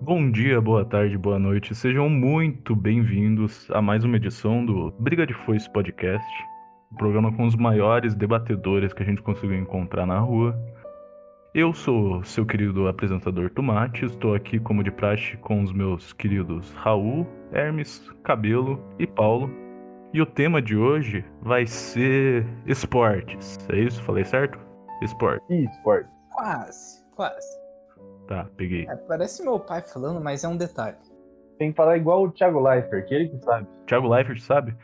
Bom dia, boa tarde, boa noite. Sejam muito bem-vindos a mais uma edição do Briga de Foice Podcast, o programa com os maiores debatedores que a gente conseguiu encontrar na rua. Eu sou seu querido apresentador Tomate, estou aqui como de praxe com os meus queridos Raul, Hermes, Cabelo e Paulo. E o tema de hoje vai ser esportes. É isso? Falei certo? Esporte. Esporte. Quase, quase. Tá, peguei. É, parece meu pai falando, mas é um detalhe. Tem que falar igual o Thiago Leifert, que é ele que sabe. Thiago Leifert, sabe?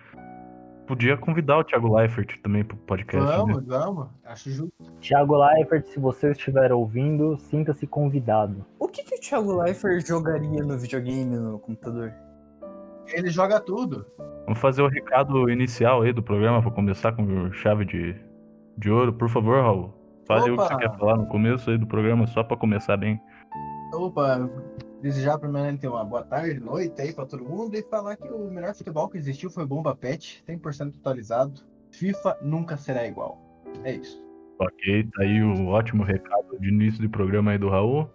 Podia convidar o Thiago Leifert também pro podcast. né? Vamos, vamos. Acho justo. Thiago Leifert, se você estiver ouvindo, sinta-se convidado. O que, que o Thiago Leifert jogaria no videogame, no computador? Ele joga tudo. Vamos fazer o recado inicial aí do programa pra começar com chave de, de ouro. Por favor, Raul. Fale o que Opa! você quer falar no começo aí do programa, só pra começar bem. Opa, desejar primeiramente uma boa tarde, noite aí pra todo mundo e falar que o melhor futebol que existiu foi Bomba Pet, 100% totalizado. FIFA nunca será igual. É isso. Ok, tá aí o ótimo recado de início de programa aí do Raul.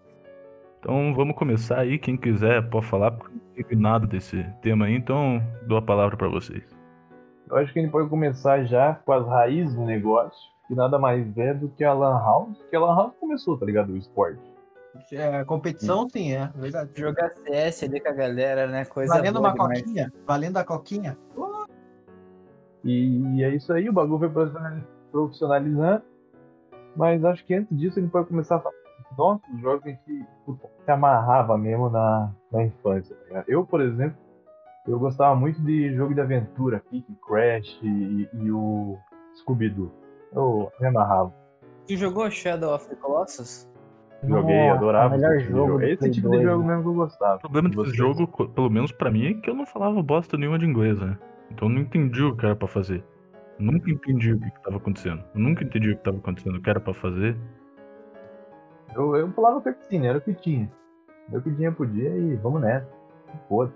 Então vamos começar aí, quem quiser pode falar, porque eu não teve nada desse tema aí, então dou a palavra pra vocês. Eu acho que ele pode começar já com as raízes do negócio, que nada mais é do que a Lan House, que a Lan House começou, tá ligado? O esporte. É, competição sim, é verdade. Jogar CS ali com a galera, né? Coisa Valendo boa uma demais. coquinha? Valendo a coquinha? E, e é isso aí, o bagulho foi profissionali- profissionalizando. Mas acho que antes disso ele pode começar a falar dos nossos jogos que a gente puta, se amarrava mesmo na, na infância. tá ligado? Eu, por exemplo, eu gostava muito de jogo de aventura, Kick Crash e, e o Scooby-Doo. Eu me amarrava. Tu jogou Shadow of the Colossus? Joguei, Nossa, adorava. Melhor esse tipo de jogo. do Esse Play tipo 2, de jogo né? mesmo que eu gostava. O problema desse Vocês? jogo, co- pelo menos pra mim, é que eu não falava bosta nenhuma de inglês, né? Então eu não entendi o que era pra fazer. Nunca entendi o que, que tava acontecendo. Nunca entendi o que tava acontecendo, o que era pra fazer. Eu, eu pulava cutscene, era o que tinha. Era o que tinha podia e vamos nessa. Foda.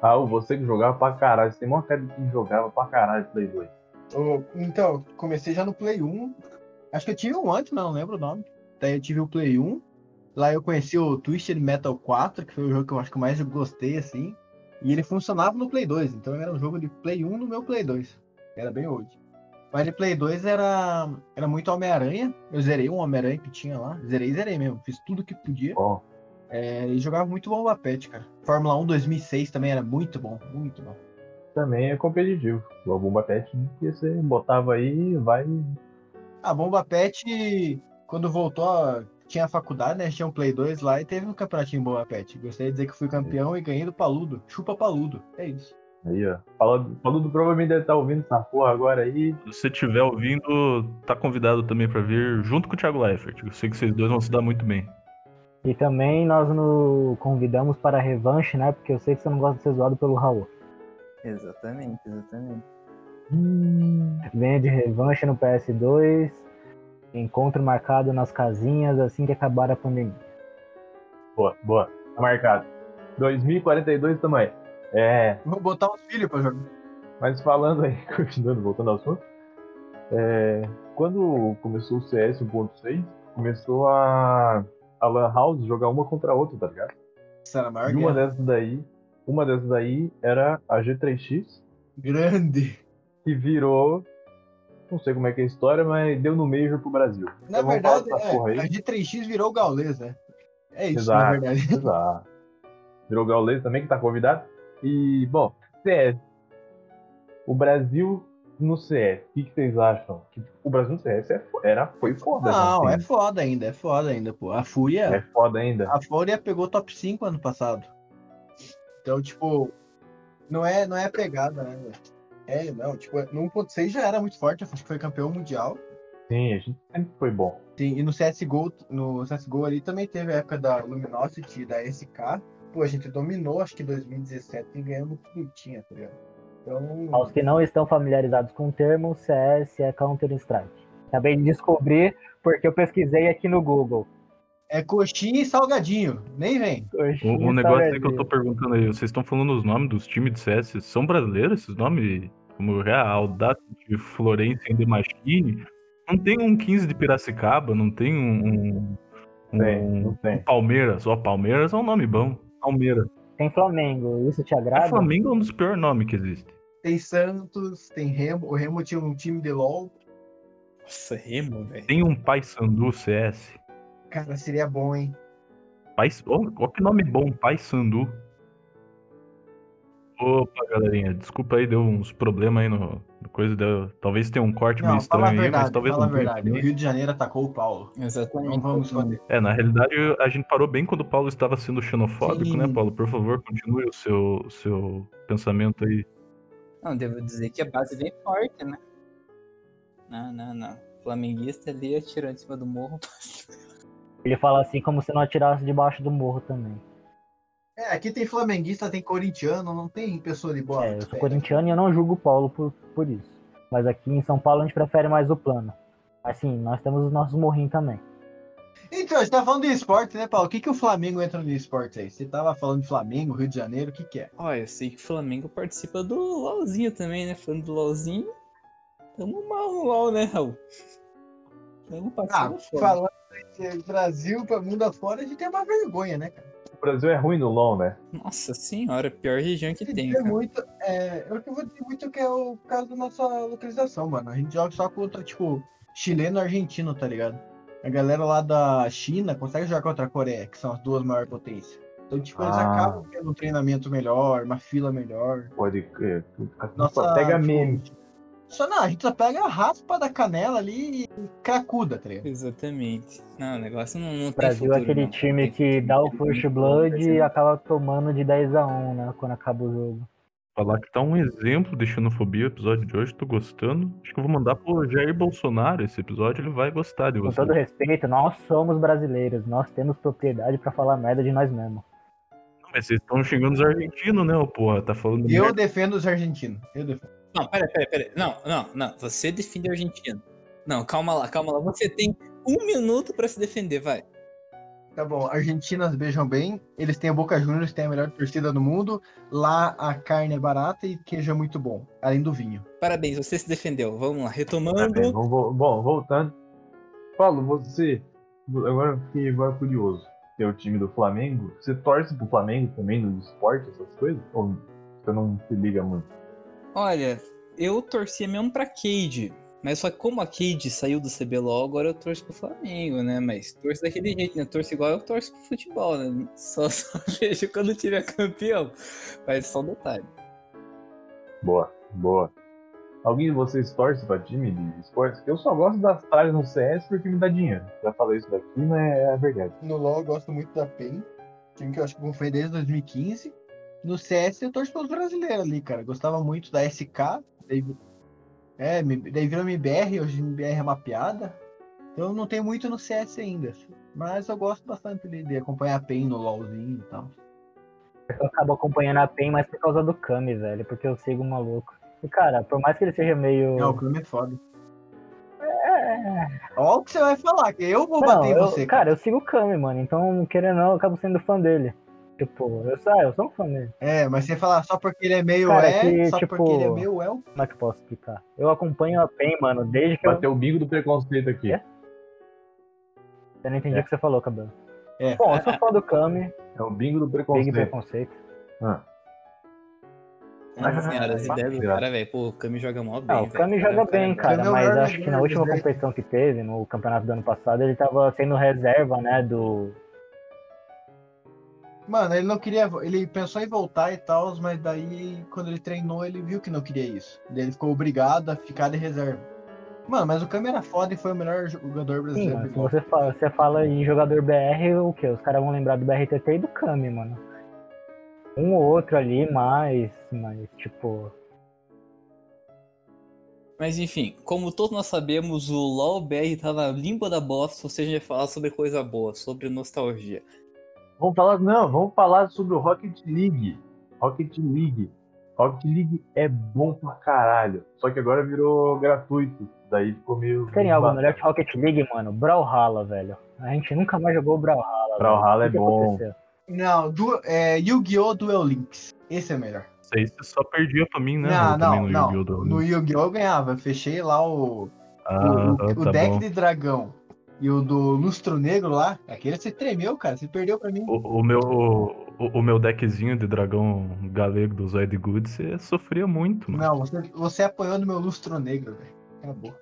Ah, você que jogava pra caralho. Você tem maior cara de quem jogava pra caralho Play 2. Ô, Então, comecei já no Play 1. Acho que eu tive um antes, mas não lembro o nome. Daí eu tive o Play 1. Lá eu conheci o Twisted Metal 4, que foi o jogo que eu acho que eu mais gostei, assim. E ele funcionava no Play 2, então era um jogo de Play 1 no meu Play 2. Era bem old. Mas de Play 2 era, era muito Homem-Aranha. Eu zerei um Homem-Aranha que tinha lá. Zerei, zerei mesmo. Fiz tudo que podia. Ó, É, e jogava muito Bomba Pet, cara. Fórmula 1 2006 também era muito bom, muito bom. também é competitivo. O Bomba Pet, que você botava aí e vai. A Bomba Pet, quando voltou, tinha a faculdade, né? Tinha um Play 2 lá e teve um campeonatinho em Bomba Pet. Gostaria de dizer É. que fui campeão e ganhei do Paludo. Chupa Paludo. É isso. Aí, ó. Falando, falando provavelmente deve estar ouvindo essa porra agora aí. Se você estiver ouvindo, tá convidado também pra vir junto com o Thiago Leifert. Eu sei que vocês dois vão se dar muito bem. E também nós nos convidamos para a revanche, né? Porque eu sei que você não gosta de ser zoado pelo Raul. Exatamente, exatamente. Hum. Venha de revanche no PS2. Encontro marcado nas casinhas assim que acabar a pandemia. Boa, boa. Tá marcado. 2042 também. É. Vou botar uns filhos pra jogar. Mas falando aí, continuando, voltando ao assunto, é, quando começou o CS 1.6, começou a, a Lan House jogar uma contra a outra, tá ligado? Isso era a maior E uma Ah, guerra. dessas daí, uma dessas daí era a G3X, Grande. que virou, não sei como é que é a história, mas deu no Major pro Brasil. Na Então vamos falar verdade, dessa é, porra aí. a G3X virou o Gaules, né? É isso, na Exato. verdade. Exato. Virou Gaules também, que tá convidado. E, bom, CS. O Brasil no CS, o que, que vocês acham? Que o Brasil no CS é fo- era, foi foda. Não, né? é foda ainda, é foda ainda, pô. A É Fúria, foda ainda. a Fúria pegou top 5 ano passado. Então, tipo, não é, não é pegada, né? velho? É, não, tipo, no 1.6 já era muito forte, acho que foi campeão mundial. Sim, a gente sempre foi bom. Sim, e no CSGO, no CSGO ali também teve a época da Luminosity, da SK. Pô, a gente dominou, acho que 2017 e ganhamos tudo que tinha, tá ligado? Então, Aos que não estão familiarizados com o termo, CS é Counter-Strike. Acabei de descobrir porque eu pesquisei aqui no Google. é coxinha e salgadinho, nem vem. O, o Um, negócio aí que eu tô perguntando aí, vocês estão falando os nomes dos times de CS, são brasileiros esses nomes? Como é Real, Audacity, Florença, The Machine? Não tem um 15 de Piracicaba, não tem um, um, tem, Um não tem. Palmeiras, ó, Palmeiras é um nome bom. Palmeiras. Tem Flamengo, isso te O agrada? Flamengo é um dos piores nomes que existe. Tem Santos, tem Remo. O Remo tinha um time de LOL. Nossa, remo, velho. Tem um Paysandu CS. Cara, seria bom, hein? Pai, ó, ó que nome bom, Paysandu. Opa, galerinha, desculpa aí, deu uns problemas aí no, no coisa. Deu, talvez tenha um corte meio Não, fala a estranho aí, verdade, mas talvez fala a não tenha verdade. O também. Rio de Janeiro atacou o Paulo. Exatamente. Não vamos esconder. É, na realidade a gente parou bem quando o Paulo estava sendo xenofóbico, Sim. né, Paulo? Por favor, continue o seu, o seu pensamento aí. Não, devo dizer que a base vem forte, né? Não, não, não. Flamenguista ali atirou em cima do morro. Ele fala assim como se não atirasse debaixo do morro também. É, aqui tem flamenguista, tem corintiano, não tem pessoa de bola. É, eu sou velho. corintiano e eu não julgo o Paulo por, por isso. Mas aqui em São Paulo a gente prefere mais o plano. Assim, nós temos os nossos morrinhos também. Então, a gente tá falando de esporte, né, Paulo? O que, que o Flamengo entra no esporte aí? Você tava falando de Flamengo, Rio de Janeiro, o que que é? Ó, eu sei que o Flamengo participa do LOLzinho também, né? Falando do LOLzinho, tamo mal no LOL, né, Raul? Tamo Ah, passando fome. falando de Brasil pra mundo afora, a gente é uma vergonha, né, cara? O Brasil é ruim no LOL, né? Nossa senhora, pior região que tem, é cara. muito, é, eu que vou dizer muito que é o caso da nossa localização, mano. A gente joga só contra, tipo, chileno e argentino, tá ligado? A galera lá da China consegue jogar contra a Coreia, que são as duas maiores potências. Então, tipo, eles Ah. acabam tendo um treinamento melhor, uma fila melhor. Pode crer. Nossa, Só pega tipo, meme. Só não, a gente só pega a raspa da canela ali e cracuda, tá ligado? Exatamente. Não, o negócio não, não O Brasil tem futuro, é aquele não. time Tem que futuro, dá o não tem first futuro, blood vai e ser- acaba tomando de 10 a 1 né, quando acaba o jogo. Falar que tá um exemplo de xenofobia o episódio de hoje, tô gostando. Acho que eu vou mandar pro Jair Bolsonaro esse episódio, ele vai gostar de Com você. todo respeito, nós somos brasileiros, nós temos propriedade pra falar merda de nós mesmos. Não, Mas vocês estão xingando os argentinos, né, ô porra? Tá falando Eu merda. defendo os argentinos. Eu defendo. Não, pera, pera, pera. Não, não, não. Você defende o argentino. Não, calma lá, calma lá. Você tem um minuto pra se defender, vai. Tá bom, argentinas beijam bem. Eles têm a Boca Juniors, tem a melhor torcida do mundo. Lá a carne é barata e queijo é muito bom, além do vinho. Parabéns, você se defendeu. Vamos lá, Tá bem, retomando. vamos vol- bom, voltando. Paulo, você. Agora eu fiquei agora curioso. Tem o time do Flamengo. Você torce pro Flamengo também no esporte, essas coisas? Ou você não se liga muito? Olha, eu torcia mesmo pra Cade. Mas só que como a Cade saiu do CBLOL, agora eu torço pro Flamengo, né? Mas torço daquele jeito, né? Torço igual eu torço pro futebol, né? Só, só vejo quando tiver campeão. Mas só um detalhe. Boa, boa. Alguém de vocês torce pra time de esportes? Que eu só gosto das tralhas no CS porque me dá dinheiro. Já falei isso daqui, mas é a verdade. No LoL eu gosto muito da PEN, time que eu acho que foi desde 2015. No CS eu torço pelos brasileiros ali, cara. Gostava muito da SK. Daí, vi- é, me- daí virou MBR, hoje MBR é uma piada. Então não tem muito no CS ainda. assim. Mas eu gosto bastante de, de acompanhar a PEN no LoLzinho e tal. Eu acabo acompanhando a PEN mais por causa do Kami, velho, porque eu sigo um maluco. E cara, por mais que ele seja meio. É, Não, o Chrome é foda. Olha o que você vai falar, que eu vou Não, bater em eu- você. cara, eu sigo o Kami, mano, então querendo ou não, eu acabo sendo fã dele. Tipo, eu, sa- eu sou um fã dele. É, mas você falar só porque ele é meio Cara, é, que, só tipo, porque ele é meio é. Como é que eu posso explicar? Eu acompanho a PEN, mano, desde que eu. Bateu o bingo do preconceito aqui. É? Eu não entendi É. o que você falou, cabelo. É. Bom, eu sou fã do Kami, É o bingo do Big preconceito. Preconceito. Ah, Nossa senhora, as Ah, ideias do cara. cara, velho. Pô, o Kami joga mó bem. Ah, o velho. Kami Cara, joga o cara é bem, bom. cara, Kami é o mas melhor acho que na jogador, última né? competição que teve, no campeonato do ano passado, ele tava sendo reserva, né, do... Mano, ele não queria. Ele pensou em voltar e tal, mas daí quando ele treinou, ele viu que não queria isso. Daí ele ficou obrigado a ficar de reserva. Mano, mas o câmera foda e foi o melhor jogador Sim, brasileiro. mano, se você fala, você fala em jogador BR, o quê? Os caras vão lembrar do BRTT e do Kami, mano. Um ou outro ali, mas, mas, tipo... Mas enfim, como todos nós sabemos, o LoL BR tá na língua da bola se você já falar sobre coisa boa, sobre nostalgia. Vamos falar, não, vamos falar sobre o Rocket League. Rocket League. Rocket League é bom pra caralho. Só que agora virou gratuito. Daí ficou meio. Querem algo melhor que Rocket League, mano? Brawlhalla, velho. A gente nunca mais jogou Brawlhalla. velho. O Brawlhalla que é que bom. aconteceu? Não, du é, Yu-Gi-Oh! Duel Links. Esse é o melhor. Isso aí você só perdia pra mim, né? não, Eu também não, no Yu-Gi-Oh! do- não. No Yu-Gi-Oh! eu ganhava. Fechei lá o, Ah, o, o tá deck bom. de dragão. E o do Lustro Negro lá, aquele você tremeu, cara. Você perdeu pra mim. O, o meu, o, o meu deckzinho de dragão galego do Zoid Good, você sofria muito, mano. Não, você, você apanhou no meu Lustro Negro, velho. Acabou.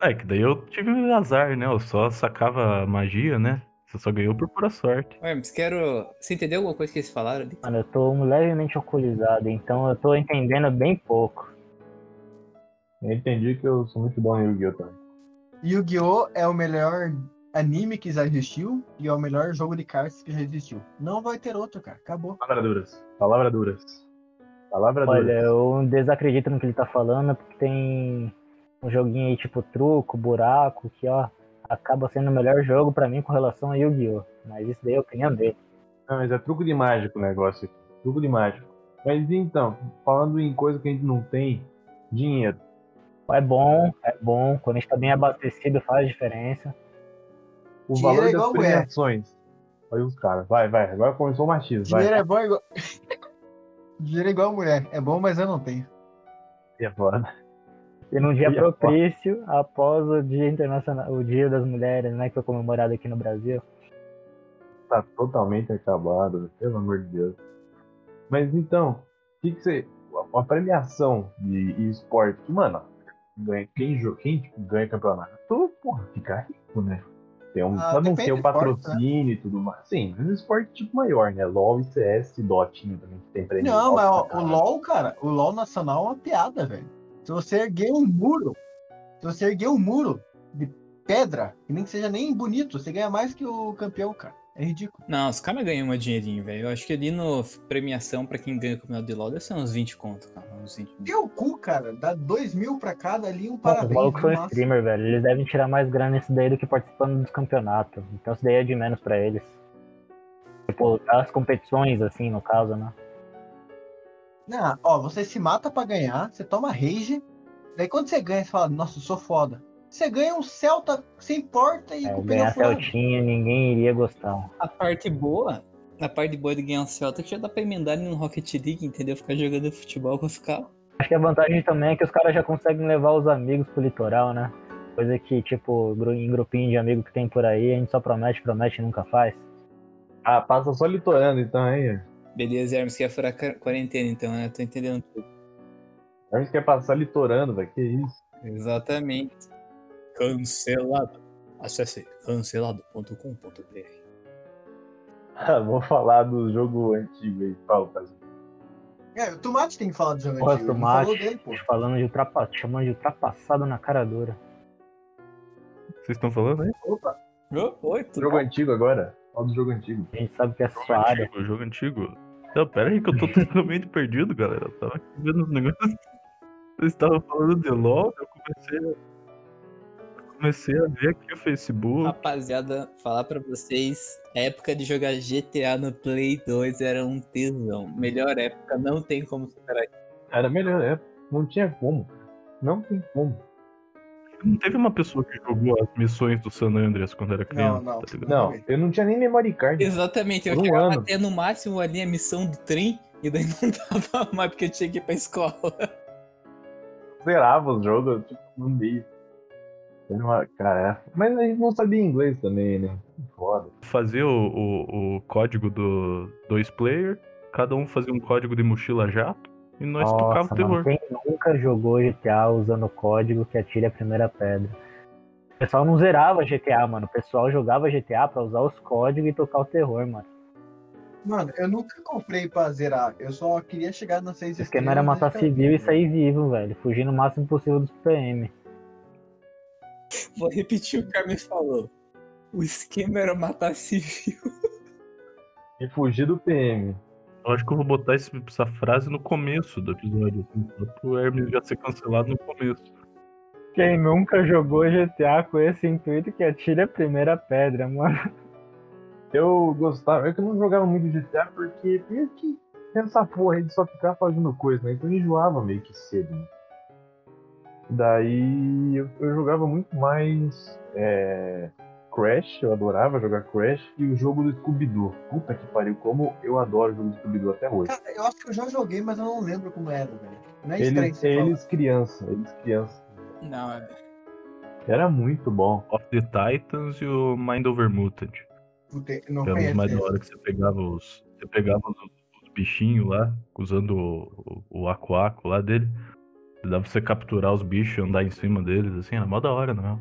É, que daí eu tive azar, né? Eu só sacava magia, né? Você só ganhou por pura sorte. Ué, mas quero. Você entendeu alguma coisa que eles falaram ali? Mano, eu tô levemente alcoolizado, então eu tô entendendo bem pouco. Eu entendi que eu sou muito bom em Yu-Gi-Oh! também. Yu-Gi-Oh! é o melhor anime que já existiu e é o melhor jogo de cartas que já existiu. Não vai ter outro, cara. Acabou. Palavra duras. Palavra duras. Palavra Olha, duras. eu desacredito no que ele tá falando, porque tem um joguinho aí tipo truco, buraco, que ó, acaba sendo o melhor jogo pra mim com relação a Yu-Gi-Oh! Mas isso daí é a opinião dele. Não, mas é truco de mágico o negócio aqui. Truco de mágico. Mas então, falando em coisa que a gente não tem, dinheiro. É bom, é bom. Quando a gente tá bem abastecido faz diferença. O Dinheiro é valor das igual mulher. premiações. Olha os caras. Vai, vai. Agora começou o machismo. Vai. Dinheiro é bom igual. Dinheiro é igual mulher. É bom, mas eu não tenho. É foda. E num dia Dia propício, após o Dia Internacional, o Dia das Mulheres, né, que foi comemorado aqui no Brasil. Tá totalmente acabado, pelo amor de Deus. Mas então, o que, que você. Uma premiação de de esporte que, mano, ganha, quem, jo- quem tipo, ganha campeonato, porra, fica rico, né? Tem um, Ah, só não depende tem o do esporte, patrocínio e tudo mais. Sim, mas esporte tipo maior, né? LOL e CS, Dotinho também, que tem prêmio. Não, alto mas pra ó, o LOL, caralho. cara, o LOL nacional é uma piada, velho. Se você erguer um muro, se você erguer um muro de pedra, que nem que seja nem bonito, você ganha mais que o campeão, cara. É ridículo. Não, os caras ganham um dinheirinho, velho. Eu acho que ali no premiação pra quem ganha o campeonato de LOL deve ser uns 20 conto, cara. Uns 20. Teu cu, cara, dá dois mil pra cada ali, Mano, um os parabéns. malucos são massa. streamer, velho. Eles devem tirar mais grana nisso daí do que participando dos campeonatos. Então isso daí é de menos pra eles. Tipo, as competições, assim, no caso, né? Não, ó, você se mata pra ganhar, você toma rage, daí quando você ganha, você fala, nossa, eu sou foda. Você ganha um Celta sem porta e É, com o pneu ganhar furado. Celtinha, ninguém iria gostar. A parte boa, a parte boa de ganhar o Celta é que já dá pra emendar ele no Rocket League, entendeu? Ficar jogando futebol com os caras. Acho que a vantagem também é que os caras já conseguem levar os amigos pro litoral, né? Coisa que, tipo, gru- em grupinho de amigo que tem por aí, a gente só promete, promete e nunca faz. Ah, passa só litorando, então aí. Beleza, Hermes, quer furar a quarentena então, né? Tô entendendo tudo. A gente quer passar litorando, velho. Que isso? Exatamente. Cancelado. Acesse cancelado.com.br. Ah, vou falar do jogo antigo aí. Fala, um Brasil. É, o Tomate tem que falar do jogo Porra, antigo, ele não Tomate. falou dele, pô. Falando de ultrapa... chamando de ultrapassado na cara dura. Vocês estão falando aí? Opa, Ô, Oi, tudo Jogo antigo agora? Fala do jogo antigo. A gente sabe que é Jogo sua área. antigo, jogo antigo. Não, pera aí que eu tô totalmente perdido, galera. Eu tava aqui vendo os negócios. Vocês estavam falando de LOL, eu comecei a... eu Comecei a ver aqui o Facebook. Rapaziada, falar pra vocês, a época de jogar GTA no Play 2 era um tesão. Melhor época, não tem como superar. Era melhor, é. Não tinha como. Não tem como. Não teve uma pessoa que jogou as missões do San Andreas quando era criança, não. tá ligado? Não, eu não tinha nem memory card. Exatamente, eu Por um chegava ano. até no máximo ali a missão do trem e daí não dava mais porque eu tinha que ir pra escola. Eu zerava os jogos, eu, tipo, não li. Era uma- Cara, é- mas a gente não sabia inglês também, né? Foda. Fazer o, o, o código do dois player, cada um fazia um código de mochila jato e nós tocava o terror. mano, quem nunca jogou GTA usando o código que atire a primeira pedra? O pessoal não zerava GTA, mano. O pessoal jogava GTA pra usar os códigos e tocar o terror, mano. Mano, eu nunca comprei pra zerar. Eu só queria chegar nas seis O esquema era matar civil e sair vivo, velho. Fugir no máximo possível dos PM. Vou repetir o que o Carmen falou. O esquema era matar civil. E fugir do PM. Eu acho que eu vou botar esse- essa frase no começo do episódio, assim, só pro Hermes já ser cancelado no começo. Quem nunca jogou GTA com esse intuito que atire a primeira pedra, mano? Eu gostava, eu que não jogava muito GTA porque meio que essa porra aí de só ficar fazendo coisa, né? Então eu enjoava meio que cedo. né? Daí eu, eu jogava muito mais é, Crash, eu adorava jogar Crash, e o jogo do Scooby-Doo. Puta que pariu, como eu adoro o jogo do Scooby-Doo até hoje. Cara, eu acho que eu já joguei, mas eu não lembro como era, velho. Não é estranho Eles, você falar. eles criança, eles criança. Não, é. Era muito bom. Of the Titans e o Mind Over Mutant. Porque Não Que era conheço. os mais da esse. hora que você pegava os. Você pegava os, os bichinhos lá, usando o, o, o aquaco lá dele. Dava pra você capturar os bichos e andar em cima deles, assim, era mó da hora, não é?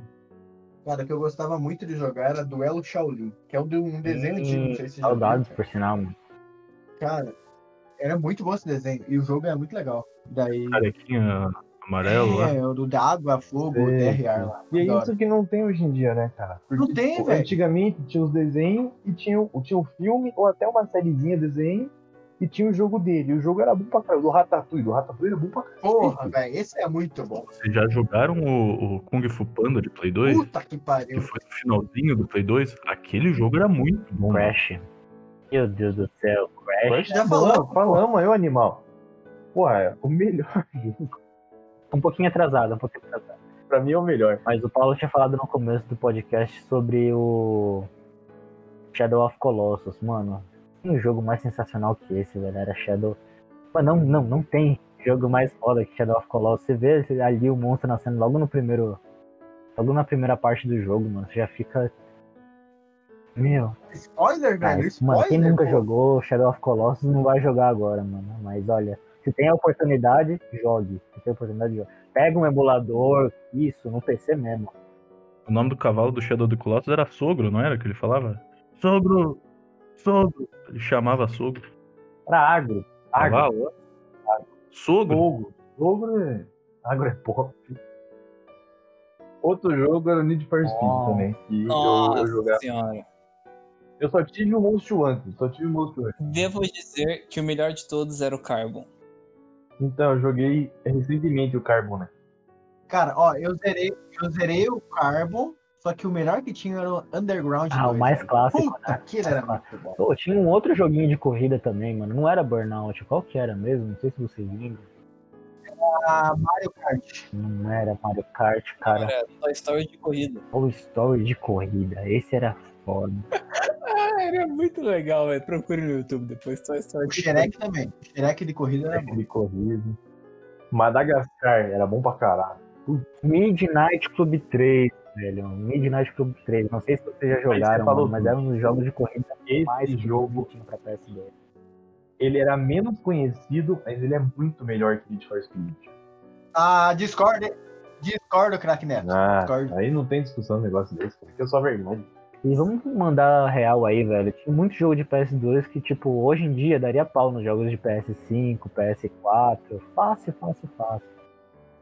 Cara, que eu gostava muito de jogar era Duelo Shaolin, que é um, de- um desenho antigo, não sei se você já viu, Saudades, por sinal, mano. Cara, era muito bom esse desenho. E o jogo era muito legal. Daí. Carequinha amarelo lá. é, o do da água, fogo, Sei, DRA lá. E é Adoro. isso que não tem hoje em dia, né, cara? Não tem, Tipo, É velho. Antigamente tinha os desenhos e tinha, o- tinha um filme ou até uma sériezinha desenho e tinha o jogo dele. E o jogo era bom pra caralho. Do Ratatouille. Do Ratatouille era bom pra caralho. Porra, velho, esse é muito bom. Vocês já jogaram o, o Kung Fu Panda de Play 2? Puta que Que pariu. foi no finalzinho do Play 2? Aquele jogo era muito bom. Crash. Meu Deus do céu, Crash. Já Não, falamos, Falamos aí, o animal. Porra, é o melhor jogo. Um pouquinho atrasado, um pouquinho atrasado. Pra mim é o melhor. Mas o Paulo tinha falado no começo do podcast sobre o Shadow of Colossus, mano. Tem um jogo mais sensacional que esse, velho. Era Shadow. Mano, não, não, não tem jogo mais foda que Shadow of Colossus. Você vê esse- ali o monstro nascendo logo no primeiro. Logo na primeira parte do jogo, mano. Você já fica. Meu, Spoiler, cara, velho. mano, Spoiler. quem nunca pô. jogou Shadow of Colossus não vai jogar agora, mano. Mas olha, se tem a oportunidade, jogue. Se tem a oportunidade, jogue. Pega um emulador, isso, no PC mesmo. O nome do cavalo do Shadow do Colossus era Sogro, não era que ele falava? Sogro! Sogro! Ele chamava Sogro. Pra agro. Agro. Cavalo? é? Sogro? É Fogo. Fogo é. Agro é pop. Outro jogo era o Need for Speed Nossa. também. que eu- eu, Nossa jogava. senhora. Eu só tive o Most Wanted. Só tive o Most Wanted. Devo dizer que o melhor de todos era o Carbon. Então, eu joguei recentemente o Carbon, né? Cara, ó, eu zerei, eu zerei o Carbon, só que o melhor que tinha era o Underground. Ah, o 2, mais velho. clássico, né? Puta, aquele era muito bom. Pô, tinha um outro joguinho de corrida também, mano. Não era Burnout, qual que era mesmo? Não sei se vocês lembram. Ah, Mario Kart. Não era Mario Kart, cara. Era Toy Story de corrida. Ou Story de corrida. Esse era foda. Ah, era muito legal, velho. Procure no YouTube depois Toy Story O de corrida. Shrek também. O Shrek de corrida era bom. De corrida. Madagascar era bom pra caralho. Midnight Club 3, velho. Midnight Club 3. Não sei se vocês já jogaram, falou mano, mas tudo. era um dos jogos de corrida Esse mais jogo, que tinha pra PS2. ele era menos conhecido, mas ele é muito melhor que Need for Speed. Ah, Discord. Discord, crack Neto. Ah, Discord. aí não tem discussão um negócio desse, porque é só verdade. E vamos mandar a real aí, velho. Tinha muito jogo de PS2 que, tipo, hoje em dia daria pau nos jogos de PS5, PS4. Fácil, fácil, fácil.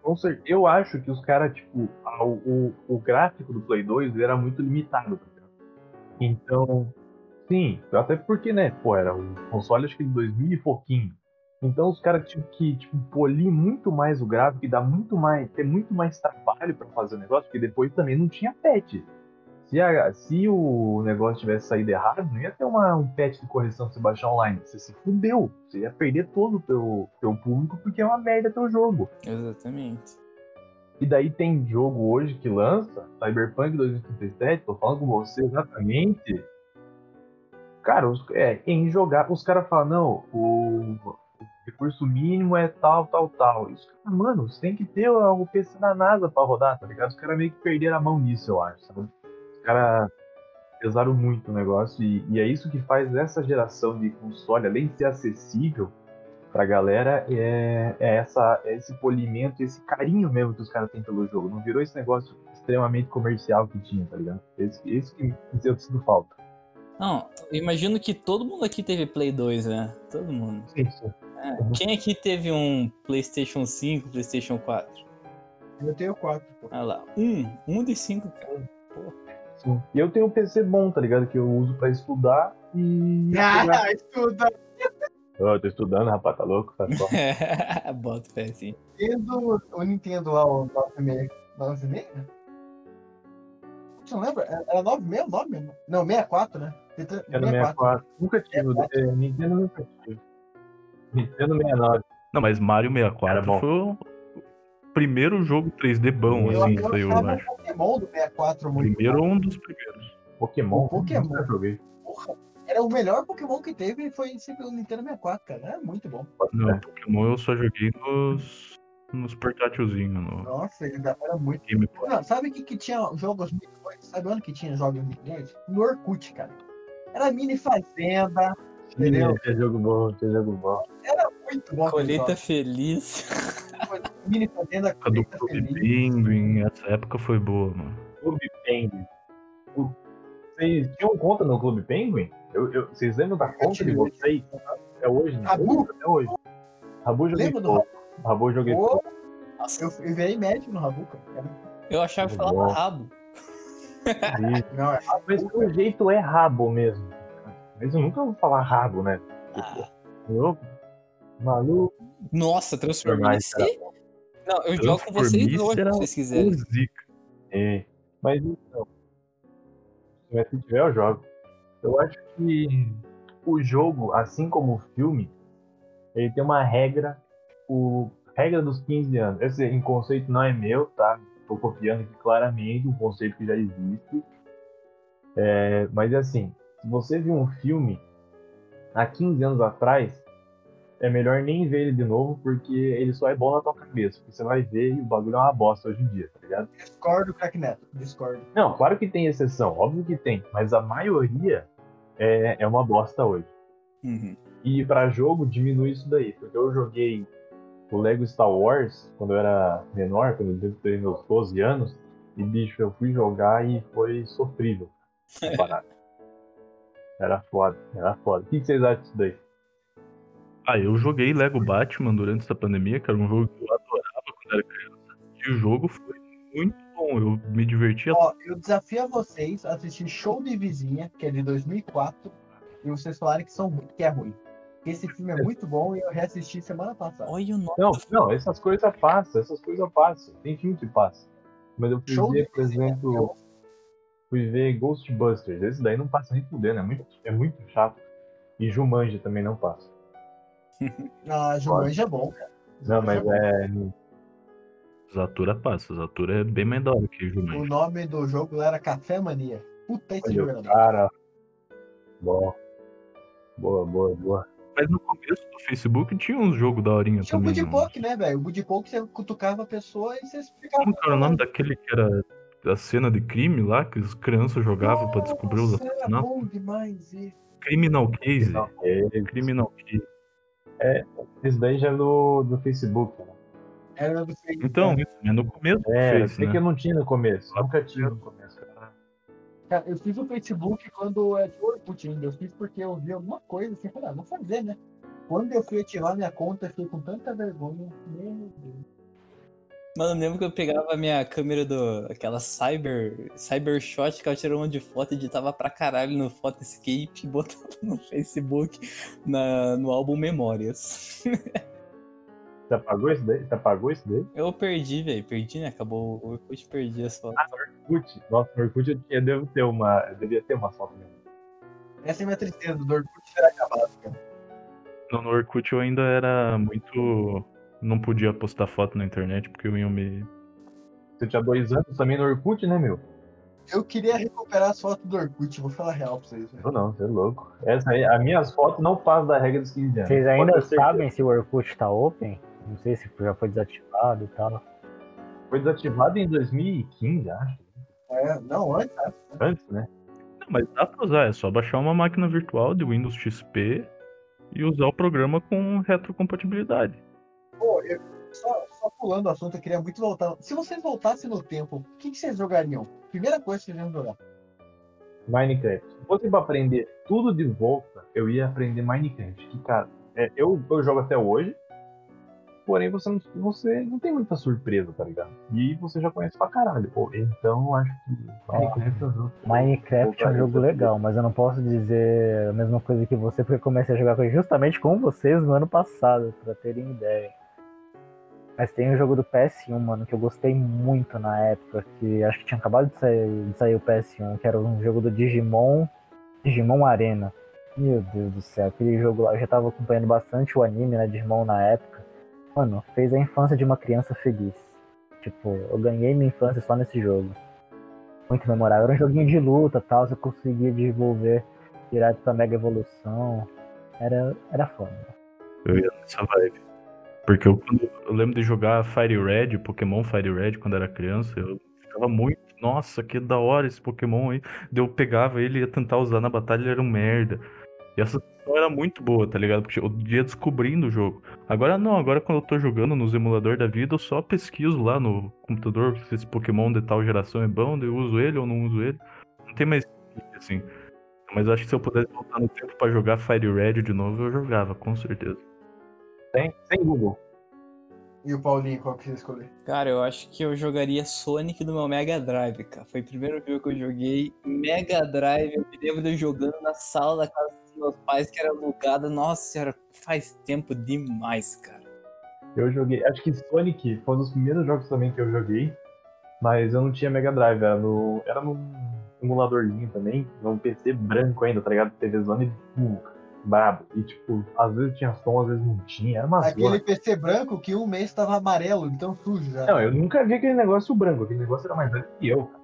Com cer- Eu acho que os caras, tipo, a- o, o gráfico do Play 2 era muito limitado. tá ligado? Então, sim, até porque, né, pô, era um console acho que de 2000 e pouquinho. Então os caras tinham que, tipo, polir muito mais o gráfico e dar muito mais, ter muito mais trabalho pra fazer o negócio, porque depois também não tinha patch. Se, a- se o negócio tivesse saído errado, não ia ter uma, um patch de correção pra você baixar online. Você se fudeu. Você ia perder todo o teu, teu público porque é uma merda teu jogo. Exatamente. E daí tem jogo hoje que lança, Cyberpunk 2037, tô falando com você exatamente. Cara, os, é, em jogar, os caras falam, não, o, o recurso mínimo é tal, tal, tal. E os caras, mano, você tem que ter o o PC da NASA pra rodar, tá ligado? Os caras meio que perderam a mão nisso, eu acho, sabe? Os caras pesaram muito o negócio e, e é isso que faz essa geração de console, além de ser acessível, pra galera é, é essa, é esse polimento, esse carinho mesmo que os caras têm pelo jogo. Não virou esse negócio extremamente comercial que tinha, tá ligado? Esse, esse que que eu sinto falta. Não, eu imagino que todo mundo aqui teve Play 2, né? Todo mundo. Sim, sim. É, Quem aqui teve um PlayStation 5, PlayStation 4? Eu tenho quatro. pô. Olha lá. Um. Um de cinco, cara. E eu tenho um PC bom, tá ligado? Que eu uso pra estudar e. Ah, estuda Eu tô estudando, rapaz, tá louco? Sabe qual? Bota o pé assim. Nintendo, o Nintendo lá, o 9,5. 9,5? né? Você não lembra? É, Era 9,6 o nome? mano? Não, 64, né? Nintendo 64. Nunca tive. É, Nintendo nunca tive. Nintendo 69. Não, mas Mario Era 64 bom. foi o primeiro jogo 3D bom, Eu, assim, eu saiu, eu achava acho. o Pokémon do 64 muito Primeiro ou um dos primeiros. Pokémon. Pokémon. Nunca joguei. Porra, era o melhor Pokémon que teve foi sempre o Nintendo 64, cara. Era muito bom. Não, Pokémon eu só joguei nos nos portátilzinhos no Nossa, ainda era muito. Game Boy. Não, sabe o que, que tinha jogos muito bons? Sabe onde que tinha jogos muito bons? No Orkut, cara. Era mini fazenda, Entendeu? Esse jogo bom, esse jogo bom. muito bom. Colheita feliz. pessoal. Mini fazenda, A do colheita Clube feliz. Penguin, essa época foi boa, mano. Clube Penguin. O- Vocês tinham conta no Clube Penguin? Eu, eu- vocês lembram da conta de tive. vocês? É hoje, né? Rabu? É hoje. Rabu joguei Lembra do pouco. Rabu joguei Pô, pouco. eu, eu virei médico no Rabu, cara. Era- Eu achava que falava Bom. rabo. E- Não, é Mas o jeito é rabo mesmo. Mas eu nunca vou falar rabo, né? Ah. Eu, maluco. Nossa, Jamais, transformice. Não, eu jogo com vocês Transformice hoje, era se vocês quiserem. O Zica. É. Mas então. Mas se tiver, eu jogo. Eu acho que o jogo, assim como o filme, ele tem uma regra. O regra dos 15 anos. Esse em conceito não é meu, tá? Tô copiando aqui claramente um conceito que já existe. É, mas é assim, se você viu um filme há 15 anos atrás, é melhor nem ver ele de novo, porque ele só é bom na tua cabeça. Porque você vai ver e o bagulho é uma bosta hoje em dia, tá ligado? discordo, crack neto. Discordo. Não, claro que tem exceção, óbvio que tem, mas a maioria é, é uma bosta hoje. Uhum. E pra jogo diminui isso daí, porque eu joguei o Lego Star Wars quando eu era menor, quando eu devia ter meus 12 anos, e bicho, eu fui jogar e foi sofrível. a parada. era foda, era foda. O que que vocês acham disso daí? Ah, eu joguei Lego Batman durante essa pandemia, que era um jogo que eu adorava quando era criança. E o jogo foi muito bom, eu me divertia. Ó, eu desafio a vocês a assistir Show de Vizinha, que é de 2004, e vocês falarem que, são, ru- que é ruim. Esse filme é muito bom e eu reassisti semana passada. Olha o nome. Não, não, essas coisas passam, essas coisas passam. Tem filme que passa. Mas eu fui Show ver, de por exemplo, Eu- fui ver Ghostbusters. Esse daí não passa nem fudendo, é muito, é muito chato. E Jumanji também não passa. Na Jumanji é bom, cara. Não, mas é. Zatura passa, Zatura é bem mais da hora que o O Jumanji. nome do jogo lá era Café Mania. Puta, esse jogo era bom. Cara. Bom. Boa, boa, boa. Mas no começo do Facebook tinha uns jogos da horinha Tinha o também. não? Budipoke, né, velho? O Budipoke você cutucava a pessoa e você explicava. Como que era o nome daquele que era a cena de crime lá, que as crianças jogavam pra descobrir os Nossa, Era assassinatos? bom demais isso. Criminal Case. Não, é- Criminal Case. Esse daí já é do, do Facebook. né? Era do Facebook. Então, isso, né? No começo do É, Face, sei né? que eu não tinha no começo. Nunca tinha no começo, cara. Cara, eu fiz o Facebook quando é de Orkut ainda. Eu fiz porque eu vi alguma coisa assim, falei, ah, vou fazer, né? Quando eu fui ativar minha conta, eu fiquei com tanta vergonha. Meu Deus. Mano, eu lembro que eu pegava a minha câmera do. aquela cyber. Cybershot que ela tirou uma de foto, editava pra caralho no Photoscape e botava no Facebook, na, no álbum Memórias. Você apagou esse daí? Você apagou esse daí? Eu perdi, velho. Perdi, né? Acabou o Orkut, perdi as fotos. Orkut. Nossa, no Orkut eu, tinha, eu devo ter uma. Eu devia ter uma foto mesmo. Essa é a minha tristeza do Orkut né? ter acabado, cara. Não, no Orkut eu ainda era muito. Não podia postar foto na internet porque eu ia me. Você tinha dois anos também no Orkut, né, meu? Eu queria recuperar as fotos do Orkut, vou falar a real pra vocês, né? velho. Eu não, você é louco. Essa aí, as minhas fotos não passam da regra dos 15 anos. Vocês Pode ainda ter certeza. sabem se o Orkut tá open? Não sei se já foi desativado e tal. Foi desativado em 2015, acho. É, não, antes, Antes, né? Não, mas dá pra usar, é só baixar uma máquina virtual de Windows XP e usar o programa com retrocompatibilidade. pô, eu, só, só pulando o assunto, eu queria muito voltar. Se vocês voltassem no tempo, o que, que vocês jogariam? Primeira coisa que vocês iam jogar. Minecraft. Se fosse pra aprender tudo de volta, eu ia aprender Minecraft. Que, cara, é, eu, eu jogo até hoje. Porém, você não, você não tem muita surpresa, tá ligado? E você já conhece pra caralho. Pô, então, eu acho que Minecraft é um jogo. Minecraft é um jogo legal, mas eu não posso dizer a mesma coisa que você, porque eu comecei a jogar com- justamente com vocês no ano passado, pra terem ideia. Mas tem um jogo do PS1, mano, que eu gostei muito na época, que acho que tinha acabado de sair, de sair o PS1, que era um jogo do Digimon, Digimon Arena. Meu Deus do céu, aquele jogo lá, eu já tava acompanhando bastante o anime, né, Digimon na época. Mano, fez a infância de uma criança feliz. Tipo, eu ganhei minha infância só nesse jogo muito memorável. Era um joguinho de luta tal, você conseguia desenvolver direto pra Mega Evolução. Era, era foda. Eu ia nessa vibe. Porque eu, quando- eu lembro de jogar Fire Red, Pokémon Fire Red, quando era criança. Eu ficava muito. Nossa, que da hora esse Pokémon aí. Daí Eu pegava ele e ia tentar usar na batalha, ele era um merda. E essa sensação era muito boa, tá ligado? Porque eu ia descobrindo o jogo. Agora não, agora quando eu tô jogando nos emulador da vida, eu só pesquiso lá no computador se esse Pokémon de tal geração é bom, daí eu uso ele ou não uso ele. Não tem mais assim. Mas eu acho que se eu pudesse voltar no tempo pra jogar Fire Red de novo, eu jogava, com certeza. Tem, tem Google. E o Paulinho, qual que você escolheu? Cara, eu acho que eu jogaria Sonic no meu Mega Drive, cara. Foi o primeiro jogo que eu joguei. Mega Drive, eu me lembro de eu jogando na sala da casa dos meus pais, que era alugada. Nossa senhora, faz tempo demais, cara. Eu joguei. Acho que Sonic foi um dos primeiros jogos também que eu joguei. Mas eu não tinha Mega Drive, era no. Era num emuladorzinho também, é num PC branco ainda, tá ligado? TV Zone uh, brabo. E tipo, às vezes tinha som, às vezes não tinha. Era uma Aquele zona. PC branco que um mês tava amarelo, então sujo já. Não, eu nunca vi aquele negócio branco. Aquele negócio era mais velho que eu, cara.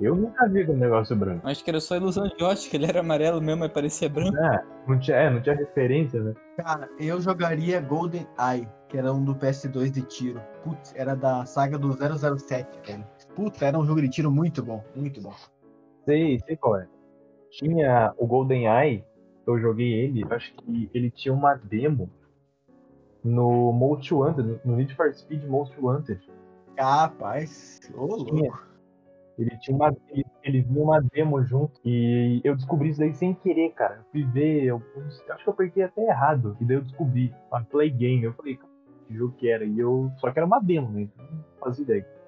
Eu nunca vi aquele negócio branco. Eu Acho que era só ilusão de ótica, ele era amarelo mesmo, mas parecia branco. É, não tinha, é, não tinha referência, né? Cara, eu jogaria Golden Eye, que era um do PS2 de tiro. Putz, era da saga do 007, velho. Putz, era um jogo de tiro muito bom, muito bom. Sei, sei qual é. Tinha o Golden Eye, eu joguei ele, eu acho que ele tinha uma demo no Most Wanted, no Need for Speed Most Wanted. Capaz, ô louco. Ele tinha uma ele, ele vinha uma demo junto e eu descobri isso daí sem querer, cara. Eu fui ver, eu, eu não sei, eu acho que eu apertei até errado, e daí eu descobri, a Play Game, eu falei, cara, que jogo que era? E eu só que era uma demo, né? Então, Não fazia ideia.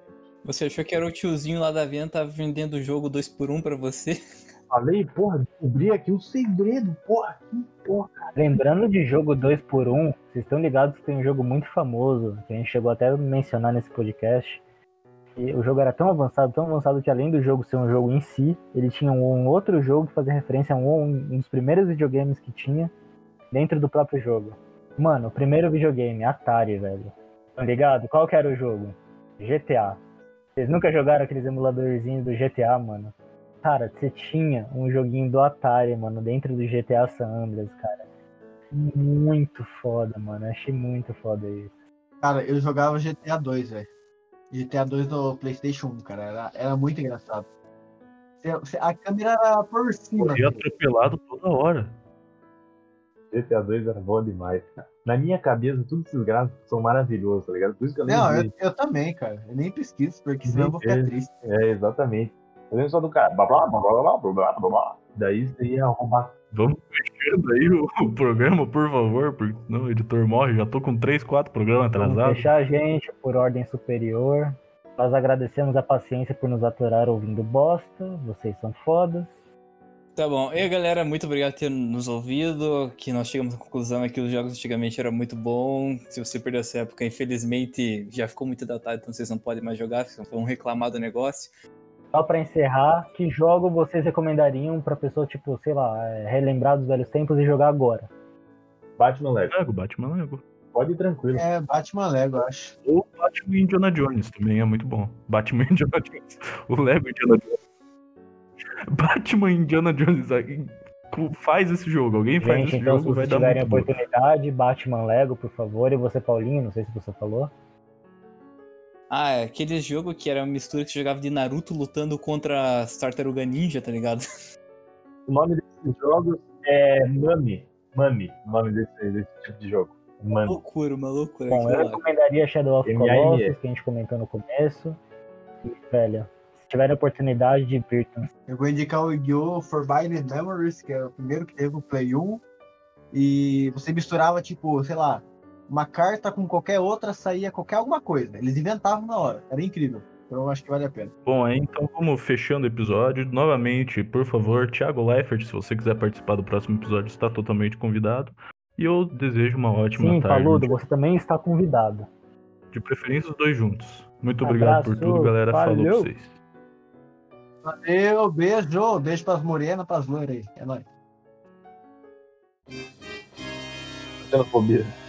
Você achou que era o tiozinho lá da venda tava vendendo o jogo 2x1 pra você? Falei, porra, descobri aqui o segredo, porra, que porra. Lembrando de jogo 2x1, vocês estão ligados que tem um jogo muito famoso, que a gente chegou até a mencionar nesse podcast. E o jogo era tão avançado, tão avançado que além do jogo ser um jogo em si, ele tinha um outro jogo que fazia referência a um, um dos primeiros videogames que tinha dentro do próprio jogo. Mano, o primeiro videogame, Atari, velho. Tá ligado? Qual que era o jogo? GTA. Vocês nunca jogaram aqueles emuladorzinhos do GTA, mano? Cara, você tinha um joguinho do Atari, mano, dentro do GTA San Andreas, cara. Muito foda, mano. Achei muito foda isso. Cara, eu jogava GTA 2, velho. GTA 2 do PlayStation 1, cara. Era, era muito engraçado. Cê- cê- A câmera era por cima. Eu ia velho. atropelado toda hora. GTA 2 era bom demais, cara. Na minha cabeça, todos esses gráficos são maravilhosos, tá ligado? Por isso que eu nem Não, vi. eu, eu também, cara. Eu nem pesquiso, porque senão eu vou ficar Beleza. triste. É, exatamente. Eu lembro só do cara. Blá, blá, blá, blá, blá, blá, blá, blá, blá. Daí você ia arrumar. Vamos fechando aí o, o programa, por favor, porque senão o editor morre. Já tô com 3, 4 programas Vamos atrasados. fechar a gente por ordem superior. Nós agradecemos a paciência por nos aturar ouvindo bosta. Vocês são fodas. Tá bom. E galera, muito obrigado por ter nos ouvido. Que nós chegamos à conclusão é que os jogos antigamente eram muito bom. Se você perdeu essa época, infelizmente já ficou muito datado, então vocês não podem mais jogar, vocês vão reclamar do negócio. Só pra encerrar, que jogo vocês recomendariam pra pessoa, tipo, sei lá, é, relembrar dos velhos tempos e jogar agora? Batman Lego. Lego, Batman Lego. Pode ir tranquilo. É, Batman Lego, eu acho. Ou Batman e Indiana Jones também é muito bom. Batman e Indiana Jones. O Lego e Indiana Jones. Batman e Indiana Jones. aí, co- Faz esse jogo. Alguém faz Gente, esse então se jogo, vai vocês dar tiverem muito bom. oportunidade, Batman Lego, por favor. E você, Paulinho, não sei se você falou. Ah, é aquele jogo que era uma mistura que você jogava de Naruto lutando contra as Tartaruga Ninja, tá ligado? O nome desses jogos é Mami. Mami, o nome desse, desse tipo de jogo. Uma Mami. loucura, uma loucura. Bom, eu aquilo lá. recomendaria Shadow of MIE. Colossus, que a gente comentou no começo. E, velho, se tiverem oportunidade, divirtam-se. Eu vou indicar o Yu-Gi-Oh! Forbidden Memories, que era o primeiro que teve o Play 1. E você misturava, tipo, sei lá, uma carta com qualquer outra, saía qualquer alguma coisa. Eles inventavam na hora. Era incrível. Então eu acho que vale a pena. Bom, aí então vamos fechando o episódio. Novamente, por favor, Thiago Leifert, se você quiser participar do próximo episódio, está totalmente convidado. E eu desejo uma ótima Sim, tarde. um Paludo, você também está convidado. De preferência, os dois juntos. Muito obrigado por Abraço, tudo, galera. Falou pra valeu. vocês. Valeu, beijo. Beijo pras morenas, pras loiras aí. É nóis. Xenofobia.